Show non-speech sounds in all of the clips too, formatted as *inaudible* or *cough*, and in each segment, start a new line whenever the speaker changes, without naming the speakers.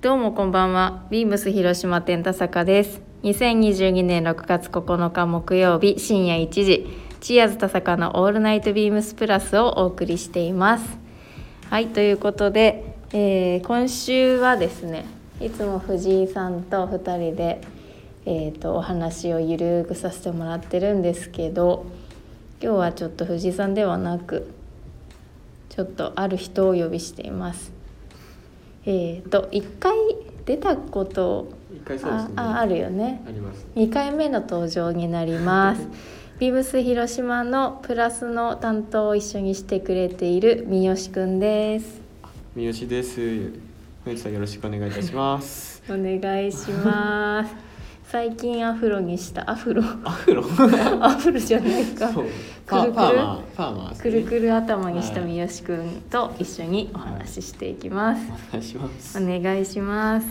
どうもこんばんは。ビームス広島店田坂です。2022年6月9日木曜日深夜1時、チアーズ田坂のオールナイトビームスプラスをお送りしています。はい、ということで、えー今週はですね、いつも藤井さんと2人で、えー、とお話をゆるくさせてもらってるんですけど、今日はちょっと藤井さんではなく、ちょっとある人をお呼びしています。えー、と1回出たこと
一回そうですね
あああるよね
あります
2回目の登場になります
*laughs*
ビブス広島のプラスの担当を一緒にしてくれている三好くんです
三好です三好さんよろしくお願いいたします
*laughs* お願いします
*laughs*
最近アフロにしたアフロ
アフロ
アフロじゃないか
そう
くるくる
パーマパーマです
く
ね
るくる頭にした三好くんと一緒にお話ししていきます、
お願いします
お願いします。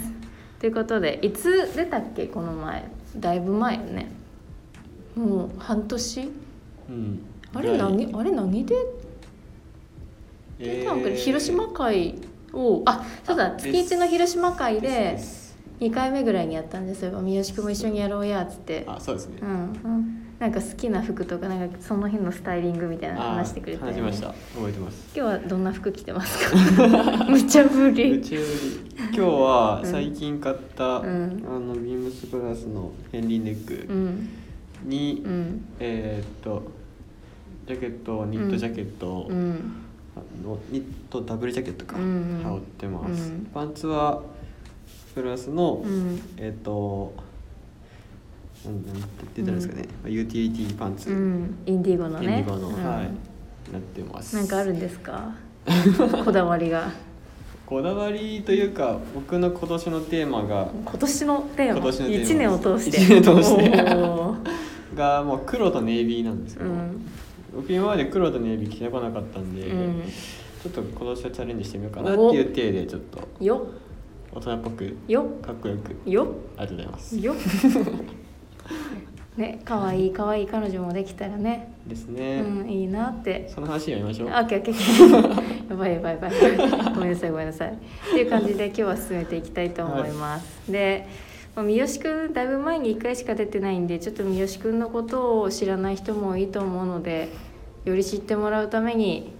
ということでいつ出たっけこの前だいぶ前よねもう半年
うん
あ
ぐら
れ
い
何あれ何で出たんか、
えー
広島会をあそうだ
あ
月一の広島会です2回目ぐらいにやったんですよ三好君も一緒にやろうやっつって
あそうですね
うん、うん、なんか好きな服とかなんかその日のスタイリングみたいなの話してくれて、
あ話しました覚えてます
今日はどんな服着てます
*laughs*
か無茶ぶ
宇
り
宙今日は
うん
最近買った、
うん
あのビームスプラスのヘンリーネッ
う
ク
ん
に、
うん
えーっとジャケットニットジャケットを、
うん
あのニットダブルジャケットか、
うんうん
羽織ってます、
うん
パンツはプラスの、
うん
えっ、となんなんて言ったらいいんですかね、まあ UTT パンツ、
うん、インディゴの
ユニ
ね
バの、
うん
はいなってます
なんかあるんですか *laughs* こだわりが
こだわりというか僕の今年のテーマが
今年のテーマ
今年のテーマ
1年を通して
一年を通し
お
て
ー
がもう黒とネイビーなんですけ
う
ど、
ん、
僕今まで黒とネイビー着てこなかったんで、
うん
ちょっと今年はチャレンジしてみようかなっていう体でちょっと
よ
大人っぽく
よ
かっこよく
よ
ありがとうございます *laughs*
よね可愛い可愛い彼女もできたらね、
です
う
ね、
ん、いいなって
その話やりましょう
あオッケーオッケー *laughs* やばいやばいやば
*laughs*
いごめんなさいごめんなさいっていう感じで今日は進めていきたいと思います、でまあ三好くんだいぶ前に1回しか出てないんでちょっと三好くんのことを知らない人もいいと思うのでより知ってもらうために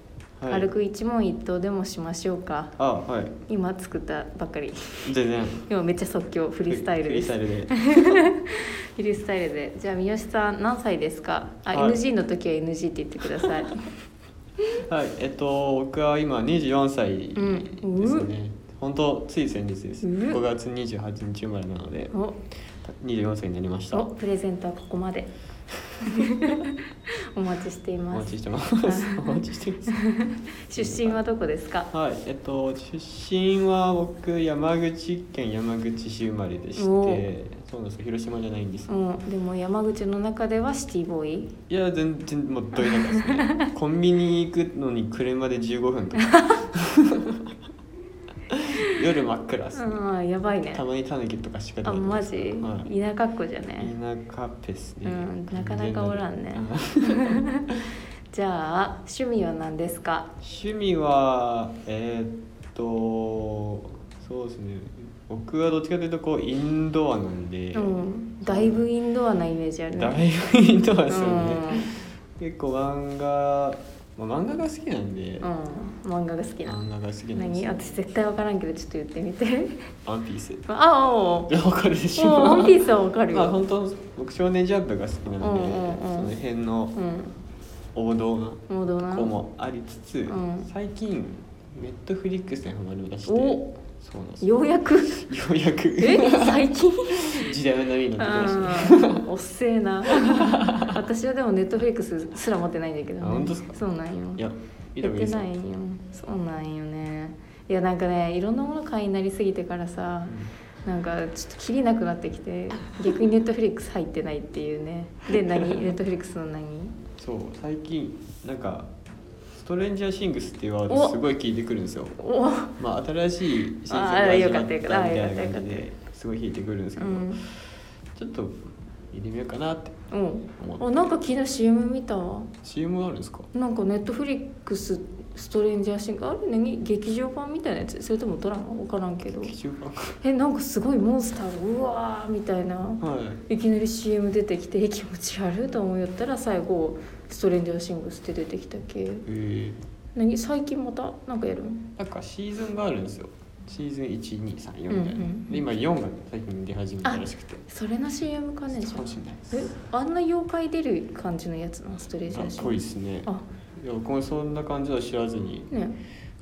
はい
軽く一問一答でもしましょうか、
あはい
今作ったばっかり
全然
今めっちゃ即興フリースタイル
フ
で
リー
す
スタイルで
フリースタイルでじゃあ三好さん何歳ですかあ、
はい
NG の時は NG って言ってくだ
*laughs*
さい
はいえっと僕は今24歳ですね、本当つい先日です、
うん
5月28日生まれなので
お
24歳になりました
お
お
プレゼントはここま
*laughs*
でお待ちしていま
待
す
ちしてます
*laughs*
お待ちしてます
出身はどこですか
はいえっと出身は僕山口県山口市生まれでして
お
そうなんですよ広島じゃないんです、
うんでも山口の中ではシティボーイ
いや全然もうどいなかった
*laughs*
ですねコンビニ行くのに車で15分とか夜真っ暗ですね、
うんやばいね
たまにタヌキとかしか出
あ
ない
マジ、
はい
田舎っ子じゃね
田舎ですね、
うんなかなかおらんねじゃあ趣味は何ですか
趣味はえーっとそうですね僕はどっちかというとこうインドアなんで、
うんだいぶインドアなイメージあるね
だいぶインドアですよね、
う
結構漫画、まあ、漫画が好きなんで、
ん、うん、漫画が好きな
漫画が好きなんです
何
よ
私絶対分からんけどちょっと言ってみ
*laughs*
て
ワンピース
あ
*laughs*
おうおう
わかるでし
おう
ょ
ワンピースは分かる
まあ
よ、
本当僕少年ジャンプが好きなので、
うんうんうん
その辺の
うん
王道な
もうどうな
子もありつつ、
うん
最近ネットフリックスにハマりまして
お
そうなんですよ
ようやく
ようやく
え最近
時代の波になってきまし
あ
*laughs*
ーおっせえな私はでもネットフリックスすら持ってないんだけど、ね、
あ本当っすか
そうなん
たい
よ
や見た
や
方
って
がいいですか
ないよそうなんよねいやなんかねいろんなもの買いになりすぎてからさなんかちょっときりなくなってきて逆にネットフリックス入ってないっていうねで
*laughs*
何ネットフリックスの何
そう最近なんかストレンジャーシングスっていうワードすごい聞いてくるんですよ
お
まあ新しい新作が
あー
始
よ
ま
か
っ
ったたよ
み
かった
たいな
あーよかった
感じ
よか
ですごい聞いてくるんですけ
う
ど、
ん
ちょっと入れてみようかなって
うん
思って
あなんか昨日 CM 見たわ
CM あるんですか
なんかネットフリックスストレンジャーシングあれ何劇場版みたいなやつそれともドラマ分からんけど
劇場版
えなんかすごいモンスターがうわーみたいな
はい
いきなり CM 出てきてえ気持ち悪いと思いよったら最後ストレンジャーシングスって出てきたけ
え
何最近またなんかやるん
ー、なんかシーズンがあるんですよシーズン1234みたいな、
うんうん
で今4が最近出始めたらしくて
それの CM かねじゃ
か
あ
もしれないです
えあんな妖怪出る感じのやつなんストレージャ
あ
ー
っ
シン
ぽい
グ
で
ス
すね
あ
いや僕もそんな感じは知らずに
ね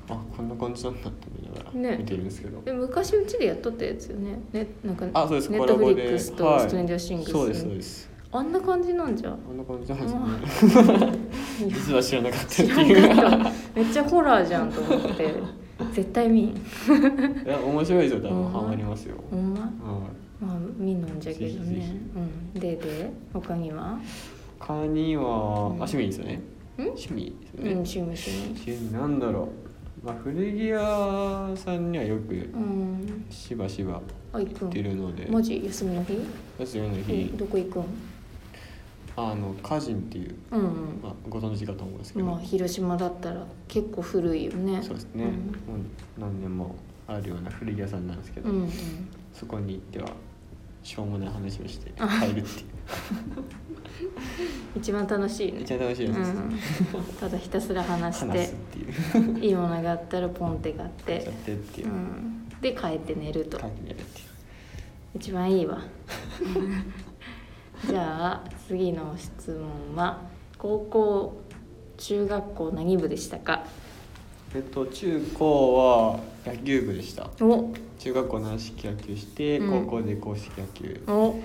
あこんな感じなんだって思いなが
ね
ら見てるんですけど、
え昔うちでやっとったやつよねねなんか
あそうです
ネッ
コ
ト
ラ
フ
ボ
リッ
で
クスと
はい
ストレンジャーシングス、
そうですそうです
あんな感じなんじゃ
こんな感じなんですね *laughs*
いや
実は知らなかったって
知ら
いうん
かっためっちゃホラーじゃんと思って絶対見ん
*laughs* いや面白いですよ多
う
分
ん
ハマりますよ、
ほんま
はい
まあ見んのんじゃけどね
ぜひぜひ
うん、でで他には
他には、
うん
あ趣味ですよね
ん
趣味です
う
よ
ん
ね、
趣味趣味
趣味なんだろう、まあ、古着屋さんにはよく
うん
しばしば
あ行
行
く
って
ん
るので
マジ休みの日
休みの
え
日
どこ行くん
あの歌人っていう、
うんうん
まあ、ご存知かと思うんですけど、
まあ広島だったら結構古いよね
そうですね、
うん
もう何年もあるような古着屋さんなんですけど、
うんうん
そこに行ってはしょうもない話をして帰るってい
一番楽しいうね
一番楽しいやつ
う
です、
ん、ただひたすら話し
話
て
すっていう
いいものがあったらポンって買っ
やって
て、
ってっていうう、
ん、で帰って寝ると
帰ってやるっていう
一番いいわ *laughs* じゃあ次の質問は高校中学校何部でしたか
えっと中高は野球部でした
お
中学校軟式野球して、
うん
高校で硬式野球
お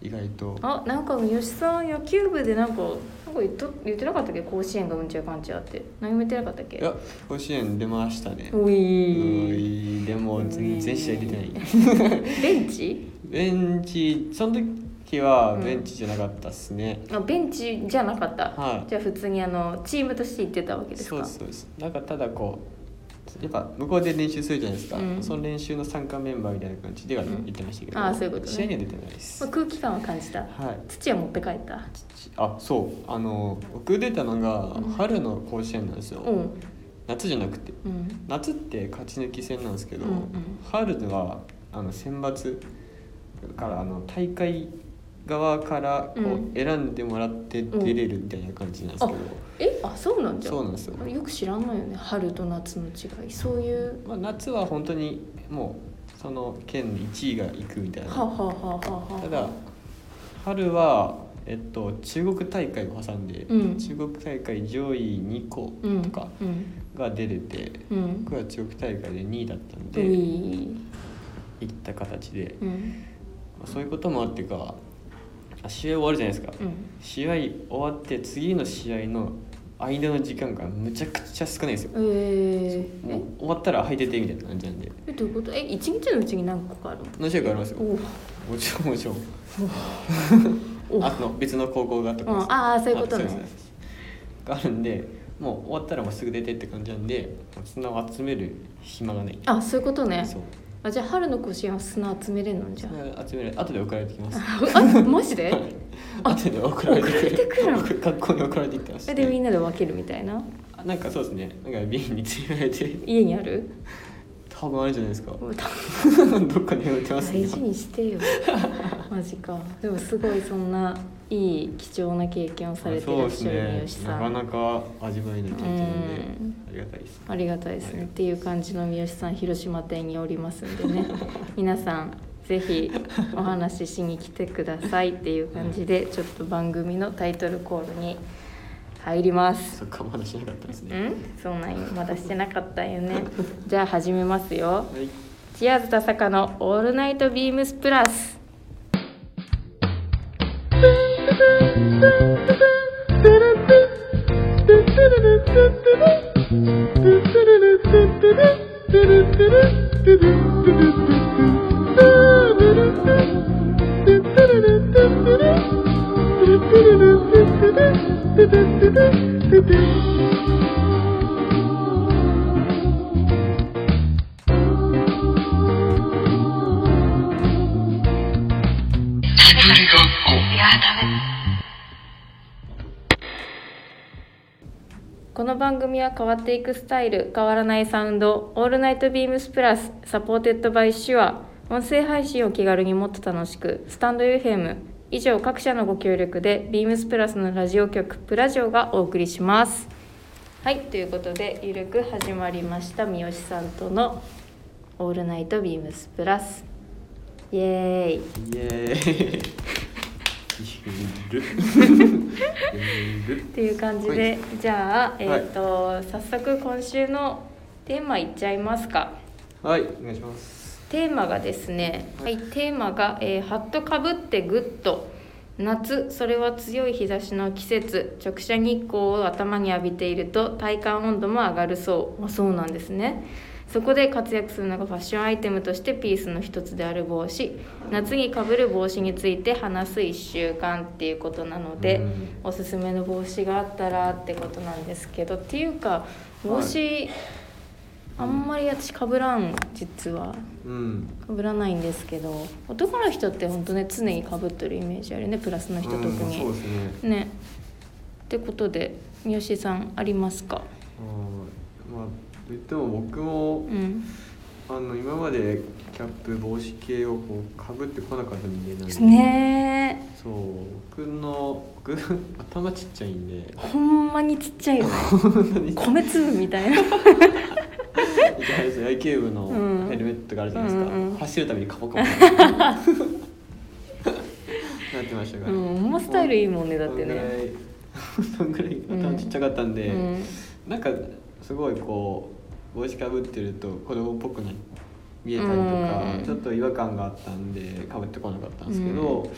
意外と
あなんか吉さん野球部でなんかなんか言っと言ってなかったっけ甲子園がうんちゃかんちゃって何も言ってなかったっ
い
け
や甲子園出ましたね
お
う
い
ーいでも全然試合出てない
ベンチ
ベンチその時はベンチじゃなかったっすね、
あベンチじゃなかった、
はい
じゃあ普通にあのチームとして行ってたわけです
そう
か
ですそうですなんかただこうやっぱ向こうで練習するじゃないですか、
うん
その練習の参加メンバーみたいな感じでは
うん
言ってましたけど、
あーそういうことね
試合には出てないです、
まあ、空気感は感じた
はい
土は持って帰った
あそうあの僕出たのが
うん
春の甲子園なんですよ、
うん
夏じゃなくて
うん
夏って勝ち抜き戦なんですけど、
うんうん
春はあの選抜からあの大会側からこ
うん
う選んでもらって出れるみたいな感じなんですけど、
えあそうなんじゃ
そうなんですよ、
よく知らんのよね春と夏の違いそういう
まあ、夏は本当にもうその県1位が行くみたい
はあはあ
な
はあはあはあ
ただ春は、えっと、中国大会を挟んで、
うん
中国大会上位2校
うん
とか
うん
が出れて、
うん
僕は中国大会で2位だったん
う
で、
い
行った形で
うん
まあそういうこともあってかあ試合終わるじゃないですか、
うん
試合終わって次の試合の間の時間がむちゃくちゃ少ないんですよ
えー、
もう終わったら入っててみたいな感じなんで
えどういうことえ一日のうちに何個かあるの
何試合かありますよ
おう
もちろんもちろん
おう
*laughs* あの別の高校がとか
うん
です
ああそういうこと
あそう
ね
ですがあるんでもう終わったらもうすぐ出てって感じなんで砂を集める暇がない
あそういうことね
そう
あじゃあ春の甲子園は砂集めれんのじゃあ
砂を集める後で送られてきます
あマジで
*laughs* 後で送られて
送られてくるの
僕 *laughs* 学校に送られてきてました
え
ね
でみんなで分けるみたいな
あなんかそうですねなんか瓶に詰められて
家にある
多分あるじゃないですか
もう
*laughs* どっかに置いてますね
大事にして
*laughs*
よマジかでもすごいそんないい貴重な経験をされていらっしゃる
そう
三
で
好
すね
さ
なか
ん、
なか味わえない経験で
うん
ありがたいです
ありがたいですね、
はい
っていう感じの三好さん広島店におりますんでね皆さんぜひお話ししに来てくださいっていう感じでちょっと番組のタイトルコールに入ります
そっかまだしなかったです
う
ね
んそんなん今まだしてなかったんよねじゃあ始めますよ
はい
チアーズ田坂のオールナイトビームスプラスこの番組は変わっていくスタイル変わらないサウンド「オールナイトビームスプラス」サポーテッドバイシュア音声配信を気軽にもっと楽しくスタンド FM 以上各社のご協力でビームスプラスのラジオ局プラジオがお送りしますはいということでゆるく始まりました三好さんとの「オールナイトビームスプラス」イエーイ
イ
*laughs*
エーイゆる
*laughs*
ゆる
っていう感じで、
はい
じゃあ、え
はい
ーと早速今週のテーマいっちゃいますか
はいお願いします
テーマがですね、はいテーマが、えー「ハットかぶってグッと夏それは強い日差しの季節直射日光を頭に浴びていると体感温度も上がるそう」あそうなんですね。そこで活躍するのがファッションアイテムとしてピースの一つである帽子夏にかぶる帽子について話す1週間っていうことなので、
うん
おすすめの帽子があったらってことなんですけどっていうか帽子、あんまり私かぶらん実は
うん
かぶらないんですけど男の人って本当ね常にかぶってるイメージあるよねプラスの人特
うんそう
に、
ですね
ねってことで三好さんありますか
うんまあといっても僕も
うん
あの今までキャップ帽子系をこうかぶってこなかった人間なんで
ね
そう僕の僕 *laughs* 頭ちっちゃいんで
えほんまにちっちゃいよね米粒みたいな
野球部の
うん
ヘルメットがあるじゃないですか、
うんうん
走るたびに
*laughs*
カポカポなってましたから、
うんほんまスタイルいいもんねだってね
そんぐらいそんぐらい頭ちっちゃかったん
う
で、
ん
なんかすごいこう帽子かぶってると子供っぽくな見えたりとか、
うん
ちょっと違和感があったんでかぶってこなかったんですけど、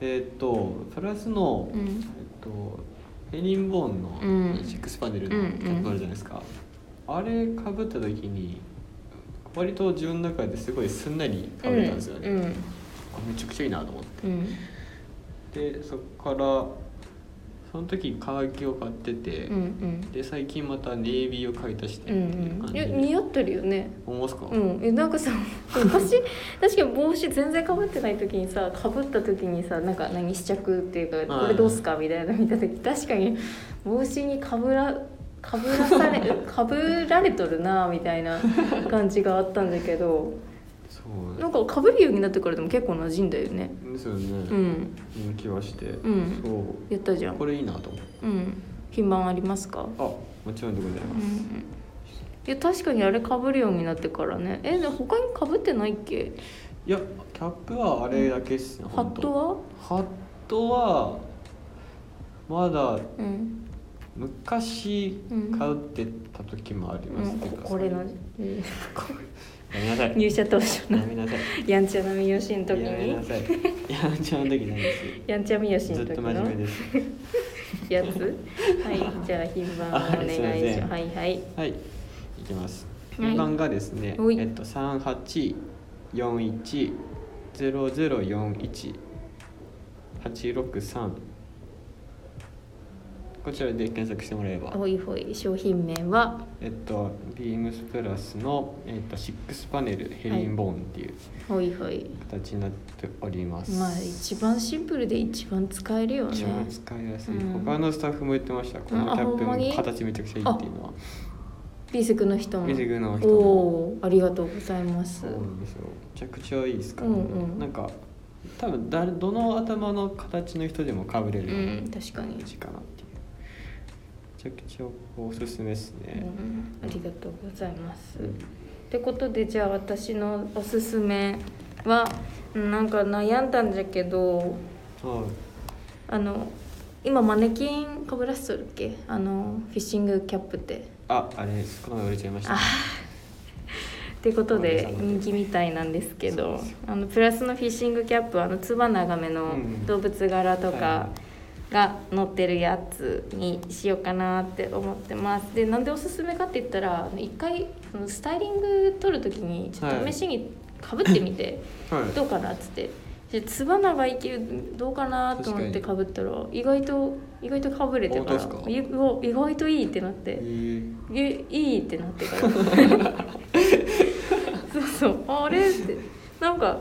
えーっとプラスの、
う
えーっ
ん
とヘリンボーン
うん
のシックスパネルのキャップあるじゃないですか、あれかぶった時に割と自分の中ですごいすんなりかぶれたんですよね、
うん
あめちゃくちゃいいなと思って。
うん
でそこからその時乾きを買ってて、
うんうん
で最近またネイビーを買い足して
う
っていう感
ん
じ
いや
で、
似合ってるよね
思いますか、
うんえなんかさ *laughs* 私確かに帽子全然かぶってない時にさかぶった時にさなんか何試着っていうか
はい
これどうすかみたいなの見た時確かに帽子にかぶらかぶら
*laughs*
されかぶられとるなみたいな感じがあったんだけど
そう
なんかかぶるようになってからでも結構馴染んだよね
ですよね、
うん
人気はして、
ん
そう
やったじゃん
これいいなと思っ
う
て
ん品番ありますか
あもちろんでござい
うん
ま
う
す、
んいや確かにあれかぶるようになってからねえで他にかぶってないっけ
いやキャップはあれだけっすね、
ハ
本
ッ
当
トは
ハットはまだ
うん
昔
うん
買ってた時もありますけど、
うん、これの、うん
やめ
*laughs*
なさい
入社当初の
やめなさい
やんちゃな三好の時
やめな
に
さいいやちゃんの時ないです
やんちゃ三好 *laughs*
ず
の
っと
時
真面目
の
です
やつはいじゃあ品番お
あ
願い
すいませ
し
ん
ますはいはい
はい、いきます。
はい
順番がですね、
おい
えっと三八四一ゼロゼロ四一八六三こちらで検索してもらえば、
ほいほい商品名は
えっとビームスプラスのえっとシックスパネルヘリンボーンっていう
ほいほい
形になっております。
まあ一番シンプルで一番使えるよね
一番使いやすい、
うん
他のスタッフも言ってましたこの
あ
キャップ
ほんまに
の形めちゃくちゃいいっていうのは
ビーセクの人も
ビセクの人
お
も
おーありがとうございます
そうなんですよめちゃくちゃいいですからね、
うんうん
なんか多分誰どの頭の形の人でもかぶれ
う
る
ん確かに
感、じかなっていうめちゃくちゃおすすめです
う
ね、
ん、ありがとうございます、
うん
ってことでじゃあ私のおすすめはうんなんか悩んだんだけど
はい
あの今マネキンかぶらせとるっけあのフィッシングキャップって。
ああれこの前売れちゃいました
あってことで
ありがとう
人気みたいなんですけ
そう
ど
ですよ
あのプラスのフィッシングキャップはあのつば長めの
うん
動物柄と
はいは
かが載ってるやつにしようかなって思ってますでなんでおすすめかって言ったらあの一回そのスタイリング撮る時にちょっ
は
と
い
試しにかぶってみて。
はい
どうかなっつってでつば長い系どうかなと思ってかぶったら意外と意外とかぶれてから
本当
い
で
お意外といいってなっ
え
て
ー
いいいってなって
*laughs*
からそうそうあれってなんか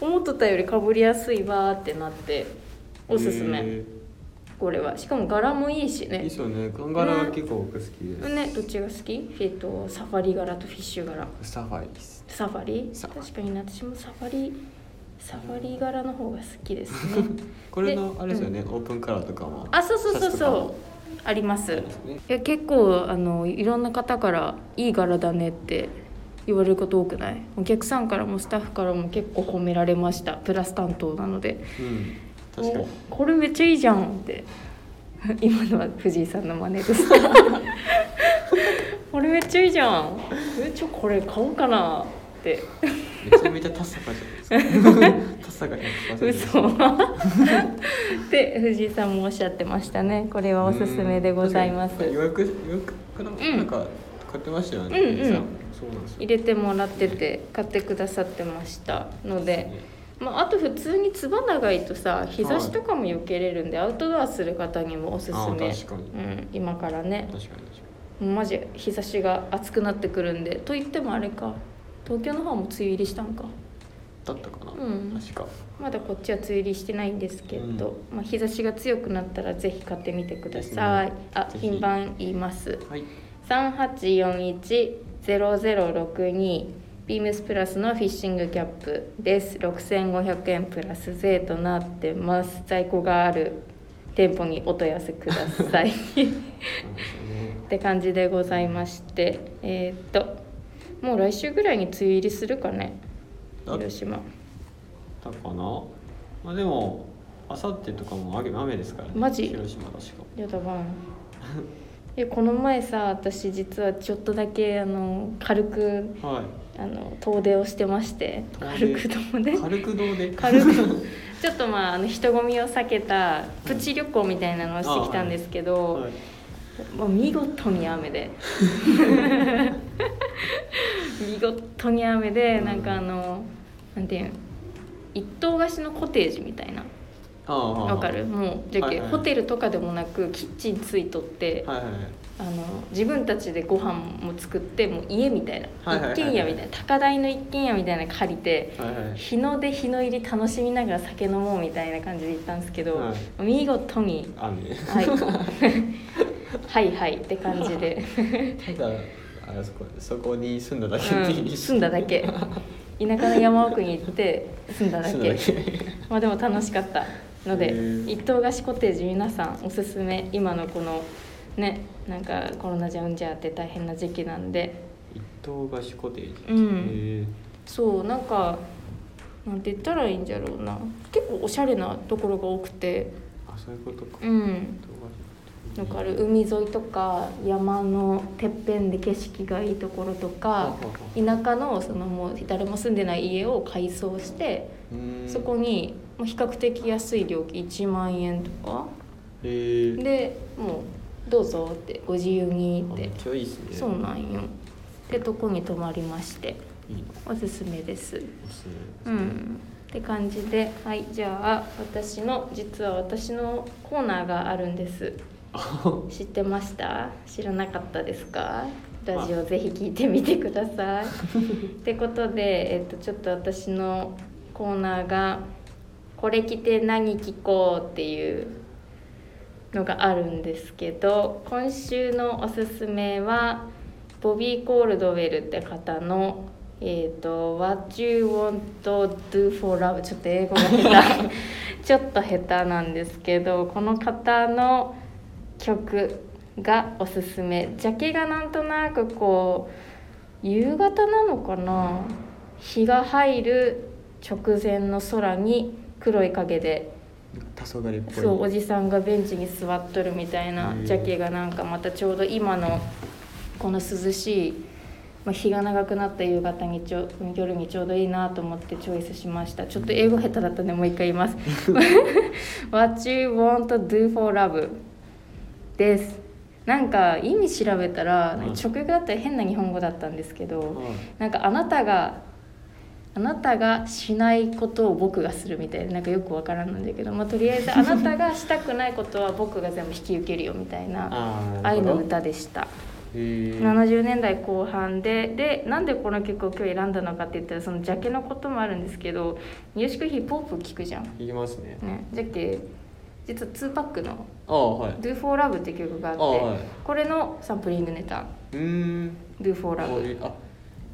思っとったよりかぶりやすいわーってなっておすすめ、
え
これはしかも柄もいいし
いい
ね
っすよねカンガラは結構僕好きです、
ねどっちが好きえっとサファリ柄とフィッシュ柄
サファイです
サファリ
サファリ
確かに私もサファリサファリ柄の方が好きです
*laughs*
ね
これのあれですよね、オープンカラーとかも
あそうそうそう
シャツとか
そ
も
うありま
あり
す
ますね
いや結構あのいろんな方から「いい柄だね」って言われること多くないお客さんからもスタッフからも結構褒められましたプラス担当なので
うん確かに
おこれめっちゃいいじゃん」って *laughs* 今のは藤井さんの真似ですこれめっちゃいいじゃんえちょこれ買おうかなって
めちゃめちゃタッサカじゃないですか
*laughs*
タッサカ100%です
嘘で藤井さんもおっしゃってましたねこれはおすすめでございます
うん確かに予約予約から
ん
なんか買ってましたよね、
うんうん
皆さそうなんですよ
入れてもらってて買ってくださってましたので、まあ、あと普通につば長いとさ日差しとかも避けれるんで、アウトドアする方にもおすすめ
あー確かに
うん、今からね
確かに確かに
マジ日差しが暑くなってくるんでと言ってもあれか東京の方も梅雨入りしたんか
だったかな、
うん
確か
まだこっちは梅雨入りしてないんですけど、まあ、日差しが強くなったらぜひ買ってみてください、
ですね
あ
ぜひ
品番言います
はい
3841-0062ビームスプラスのフィッシングキャップです6500円プラス税となってます在庫がある店舗にお問い合わせくださ
*laughs*
いっ
そうですよね
て感じでございましてえーっともう来週ぐらいに梅雨入りするかね
だっ
広島
たかなまあでもあさってとかも雨雨ですからね
マジ
広島確か
やだわいやこの前さ私実はちょっとだけあの軽く
は
あの遠出をしてまして
遠
軽
出
く遠出
い軽くどうで
軽くちょっとまああの人混みを避けたプチ旅行みたいなのをしてきたんですけど、
はい
もう見事に雨
*laughs*
で見事に雨でなんかあのなんていうん一棟貸しのコテージみたいな
ああああ
わかるもうじゃ
は
け、
いはい
ホテルとかでもなくキッチンついとって、
はいはいはい
あの自分たちでご飯も作ってもう家みたいな、
はいはいはい
一軒家みたいな高台の一軒家みたいなの借りて、
はいはい
日の出日の入り楽しみながら酒飲もうみたいな感じで行ったんですけど、
は
見事に
雨 *laughs*
はいはいはいって感じで、
ただあそこそこに住んだだけ
う
でいい、
ん、住んだだけ田舎の山奥に行って住んだだ
住ん
け
だだけ
まあでも楽しかったの
へ
で
ー
一棟貸しコテージ皆さんおすすめ今のこのねなんかコロナじゃうんじゃって大変な時期なんで
一棟貸しコテージ、
うん
へえ
そうなんかなんて言ったらいいんじゃろうな結構おしゃれなところが多くて
あそういうことか、
うん
一棟貸し
なんかある海沿いとか山のてっぺんで景色がいいところとか田舎のそのもう誰も住んでない家を改装して
うーん
そこにもう比較的安い料金1万円とか
へえ
でもうどうぞってご自由に
あ
っ
め
て
っちゃいいですね
そうなんよでとこに泊まりまして
いいの
おすすめです
おすすめです
う
ね *laughs*
んって感じではいじゃあ私の実は私のコーナーがあるんです
あ
知ってました知らなかったですかラジオぜひ聞いてみてください。ってことで、えっと、ちょっと私のコーナーが「これ着て何着こう」っていうのがあるんですけど今週のおすすめはボビー・コールドウェルって方の「えー、と What You Want to Do for Love」ちょっと英語が下手 *laughs* ちょっと下手なんですけどこの方の曲がおすすめジャケがなんとなくこう夕方なのかな日が入る直前の空に黒い影で
黄昏っぽい
そうおじさんがベンチに座っとるみたいな
へー
ジャケがなんかまたちょうど今のこの涼しい、まあ、日が長くなった夕方にちょ夜にちょうどいいなと思ってチョイスしましたちょっと英語下手だったんでもう一回言い
*laughs*
ます「What you want to do for love」ですなんか意味調べたら
うん
直訳だったら変な日本語だったんですけど、
はい
なんかあなたがあなたがしないことを僕がするみたいななんかよくわからんなんだけど、まあ、とりあえ
*laughs*
ずあなたがしたくないことは僕が全部引き受けるよみたいな
あ
愛の
へ
歌でした
え
70年代後半ででなんでこの曲を今日選んだのかって言ったらそのジャケのこともあるんですけど三好君ヒップホップ聴くじゃん
いきますね
ね、じゃっけ実は2パックの
ああはい
「Do for Love」って曲があって
あはい
これのサンプリングネタ
うーん
「Do for
ボ
Love
ビーあ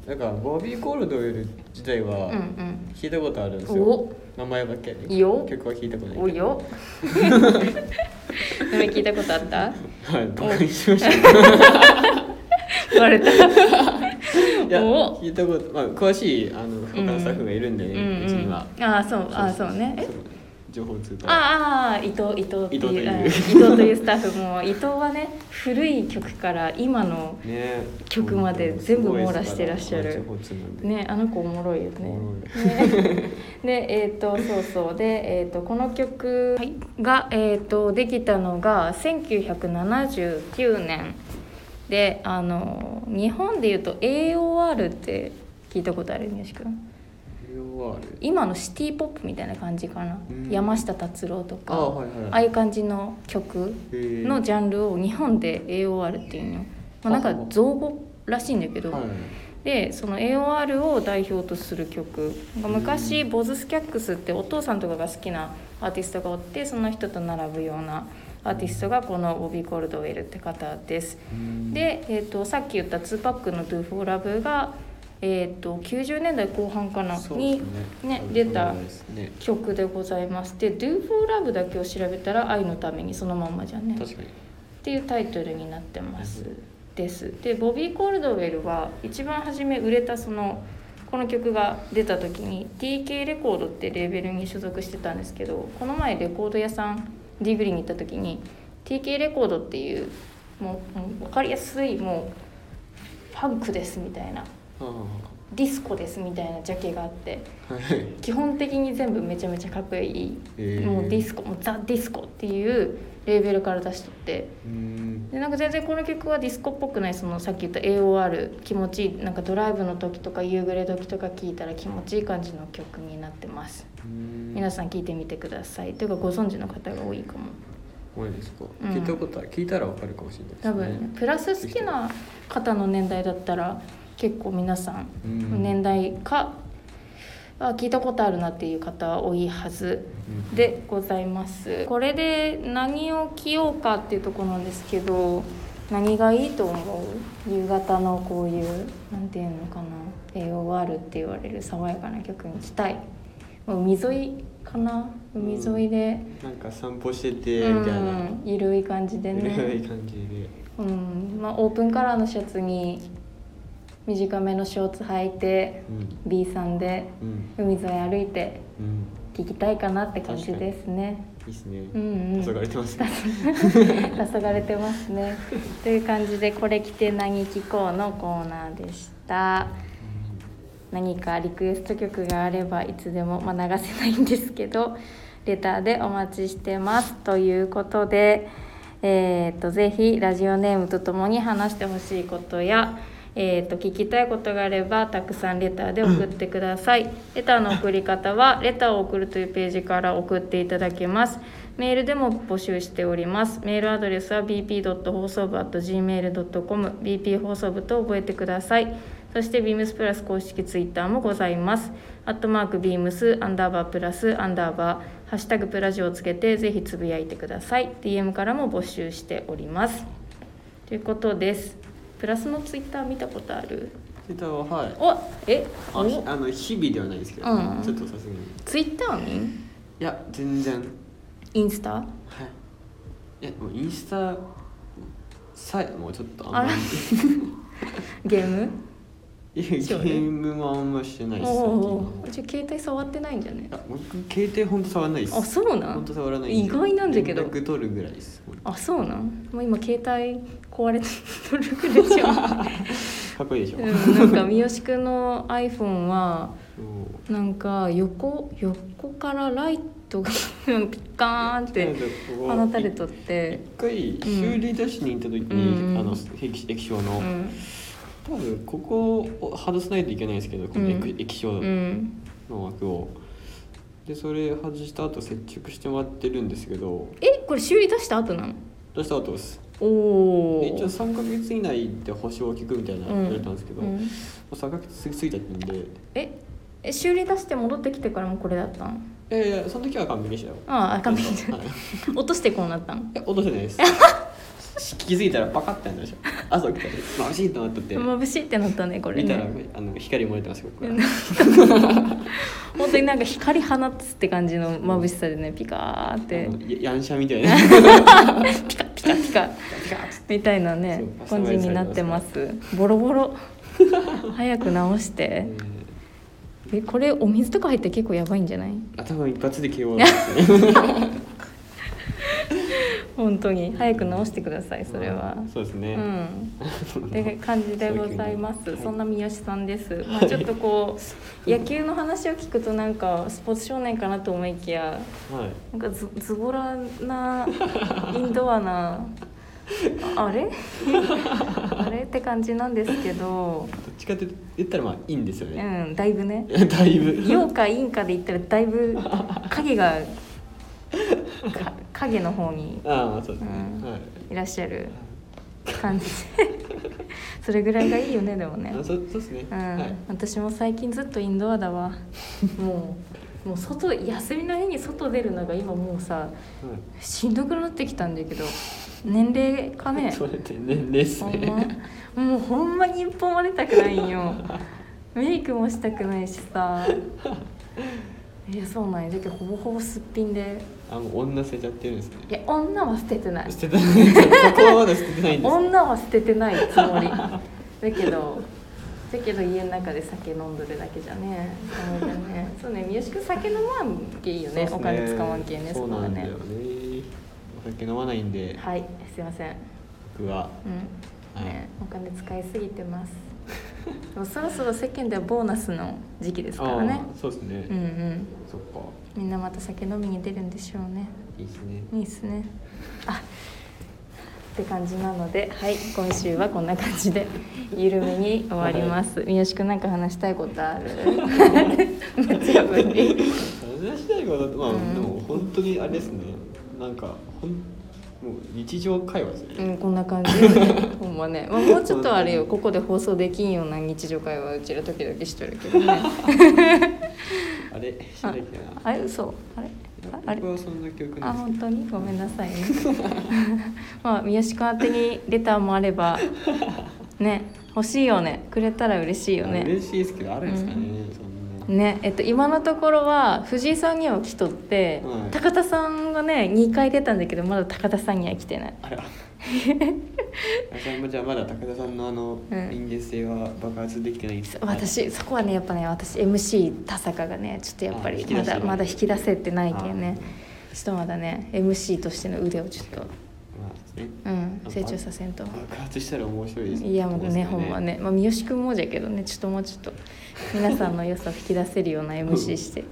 なんかボビー・コールドウェル自体」
う
は
ん
聞いたことあるんです
うん
よ、
お
名前ばっかり
いいよ
曲は聞いたことない
おい
*laughs*
よ *laughs* 名前聞いたことあった
はいバカにしましたね
バレた
いや
お
聞いたこと、まあ、詳しいあの他のスタッフがいるんでね、うちには、
うんうん、ああそうああそうねえ
そう情報通貨
ああ伊藤伊藤って
伊藤と
い
いう
うあ伊藤というスタッフも伊藤はね古い曲から今の
ね
曲まで全部網羅してらっしゃる
情報通なんで、
ねあの子おもろいよね
おも。
ねでえっ、とそうそうで、えー、とこの曲が、えー、とできたのが1979年であの日本でいうと AOR って聞いたことあるよし君
AOR
今のシティ・ポップみたいな感じかな、
うん
山下達郎とか
ああはいはいはい
ああいう感じの曲
へえ
のジャンルを日本で AOR っていうの、まあ、なんか造語らしいんだけど、
はい
でその AOR を代表とする曲昔ボズ・スキャックスってお父さんとかが好きなアーティストがおってその人と並ぶようなアーティストがこのボビー・コールドウェルって方です。
うん
で、えー、とさっき言った2パックの「DoForLove」が、えー、と90年代後半かな
そうです
にね出た
ね
曲でございますで「DoForLove」だけを調べたら「愛のためにそのまんまじゃんね」
確かに
っていうタイトルになってますですでボビー・コールドウェルは一番初め売れたそのこの曲が出た時に TK レコードってレーベルに所属してたんですけどこの前レコード屋さんディグリに行った時に TK レコードっていうもうもう分かりやすいもうパンクですみたいな
ああ
ディスコですみたいなジャケがあって
はい
基本的に全部めちゃめちゃかっこいい、
へえ
もうディスコもうザ・ディスコっていうレーベルから出しとって
うん
でなんか全然この曲はディスコっぽくないそのさっき言った AOR 気持ちいいなんかドライブの時とか夕暮れ時とか聴いたら気持ちいい感じの曲になってます
うん
皆さん聴いてみてくださいというかご存知の方が多いかも
多いですか、
うん
聞いたことは聞いたらわかるかもしれないです、ね、
多分、プラス好きな方の年代だったら結構皆さん
うん
年代か、あ聞いたことあるなっていう方多いはず
うん
でございますこれで何を着ようかっていうところなんですけど何がいいと思う夕方のこういうなんていうのかな AOR って言われる爽やかな曲に着たいもう海沿いかな海沿いで、
なんか散歩して
う
てみたいな、
ん、ゆるい感じで
緩い
ね、
感じで
うんまあ、オープンカラーのシャツに短めのショーツ履いて
うん
B さんで
うん
海沿い歩いて
うん
聴きたいかなって感じですね。
いいですね、
うんうん
黄昏れ
*laughs*
てますね
黄昏れてますね。という感じで「これ着て何着こう」のコーナーでした。何かリクエスト曲があればいつでも、まあ、流せないんですけどレターでお待ちしてますということで、えー、とぜひラジオネームとともに話してほしいことや、えー、と聞きたいことがあればたくさんレターで送ってくださいレターの送り方は「レターを送る」というページから送っていただけますメールでも募集しておりますメールアドレスは bp. 放送部 .gmail.com bp 放送部と覚えてくださいそして beams プラス公式ツイッターもございます。アットマーク beams アンダーバープラスアンダーバーハッシュタグプラジオをつけてぜひつぶやいてください。DM からも募集しております。ということです。プラスのツイッター見たことある？
ツイッターははい
おえ
あひ
お
あの日々ではないですけど、
うん
ちょっとさすがにい
ツイッター民？
や全然
インスタ？
はいえもうインスタさえもうちょっとあ
あ
ん
ら
まり
ゲーム？
いやゲームもあんましてないです
お
最近
お。じゃあ携帯触ってないんじゃね
い？や僕携帯ほんと触らないです
あそうな
ほんと
ん？
触らない
意外なんだけど
連絡取るぐらいです
あそうなん？もう今携帯壊れてる *laughs* くらいじゃん。
かっこいいでしょ、
うん、なんか三好くんの iPhone は
そう
なんか横横からライトがピカーンっ
な
て
んかこう
放たれとって、
一回修理出しに行った時
う
に、
ん
あの液液晶
う
の、
ん
多分ここを外さないといけないんですけどこの液,、
うん
液晶
うん、
の枠をでそれ外した後接着してもらってるんですけど
えこれ修理出した後なの
出した後です
おお
で一応3ヶ月以内で保証を聞くみたいな
う
の
ん
やれたんですけど、
う
も
ん
う3ヶ月過ぎ過ぎちゃったんで
ええ修理出して戻ってきてからもこれだったの
いやいやその時は完璧でしたよ
ああ完 *laughs* 璧じゃん
はい
落としてこうなったの
え落としてないです気づいたらパカッてなるでしょ朝起きたら眩しいとなってて
眩しいってなったねこれ
見たら
ね
あの光漏れてますよこれ
うん *laughs* 本当になんか光放つって感じの眩しさでねピカーって
あのややんしゃみたいな
*laughs* ピカピカピカみたいなね
そう
感じになってますボロボロ *laughs* 早く直して
うん
えこれお水とか入って結構やばいんじゃない
頭一発で KO なんですね
本当に早く直してくださいそれは
そうです
う
ね、
んって感じでございま
そういうふう
す
に
そんな三好さんです、まあ、ちょっとこう野球の話を聞くとなんかスポーツ少年かなと思いきや
はい
なんかズズボラなインドアなああ *laughs* れあれって感じなんですけど、
どっちかって言ったらまあいいんですよ
う
ね、
ん、だいぶね
だいぶ
陽か陰かで言ったらだいぶ影がか影の方に
*laughs* ああそうですね、
うん
はい
いらっしゃる
*laughs*
感じでそれぐらいがいいよねでもね
あそそうですね、
うん、
はい
私も最近ずっとインドアだわもうもう外休みの日に外出るのが今もうさしんどくなってきたんだけど年齢か
はい、
ね
それって年齢です
ほん
ね
ま *laughs* もうほんまに一歩も出たくないんよメイクもしたくないしさいやそうなんやだけどほぼほぼすっぴんで
あもう女捨てちゃってるんですね
いや女は捨ててない
捨ててないんですよ *laughs* そこはまだ捨ててないんです
女は捨ててないつもりだけどだけど家の中で酒飲んどるだけじゃねダメだねそうね三好君酒飲まんけいいよねお金使わんけいね
そう
こ
な
は
んだよねお酒飲まないんで
はいすいません
僕は
うん、
はい
ねお金使いすぎてます *laughs* でもそろそろ世間ではボーナスの時期ですからね
ああそうですね、
うんうん
そっか
みんなまた酒飲みに出るんでしょうね
いいですね
いいですね。あって感じなので、はい、今週はこんな感じで緩めに終わります。三好くんなんか話したいことあ
*laughs*
る？無茶ぶり。
話したいことまあ、
うん
でも本当にあれですねなんかほんもう日常会話です
う
ね、
ん、こんな感
*laughs*
じよね。ほんまね。まあ、もうちょっとあれよ、ここで放送できんような日常会話うちら時々しとるけどね。
あれしなきゃな
あれ嘘？あれ？ああれ
僕？はそんな記憶な
あ
いです
本当にごめんなさいね *laughs* まあ三好君宛てにレターもあればね欲しいよねくれたら嬉しいよ
あ
ね
嬉しいですけどあるんですかね、そんな
ねえっと今のところは藤井さんには来とって、
はい
高田さんがね2回出たんだけどまだ高田さんには来てない *laughs*
あら私もじゃあまだ高田さんのあの
うん
人間性は爆発できてないんです、
私そこはねやっぱね私 MC 田坂がねちょっとやっぱ
あ
り
引き
ま
出して
だ
ない
まだ引き出せてないけんねちょっとまだね MC としての腕をちょっと、
まあね
うん、成長させんと。
爆発したら面白いです
いやもうねほんま
ね
ね、まあ、三好君もじゃけどねちょっともうちょっと皆さんの良さを引き出せるような MC して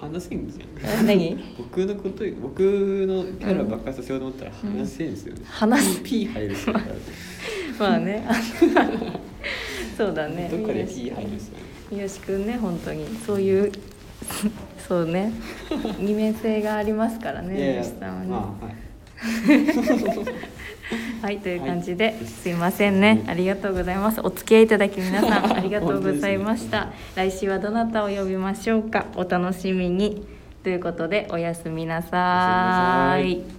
話せんですよ
え何
僕のこと僕のキャラ爆発させようと思ったら話せんですよね、
話す
P 入
*laughs*
るし、ね、
まあね *laughs* そうだね
どっかで
三
P 入るんですよね
好君ね本当にそういうそうね二面性がありますから
いやい
ね三
や
好さんはね、
まあはい
*laughs* はいという感じで、
はい
すいませんねありがとうございますお付き合いいただき皆さ
*laughs*
んありがとうございました、
本
来週はどなたを呼びましょうかお楽しみにということでおやすみなさ
おやすみ
い
なさ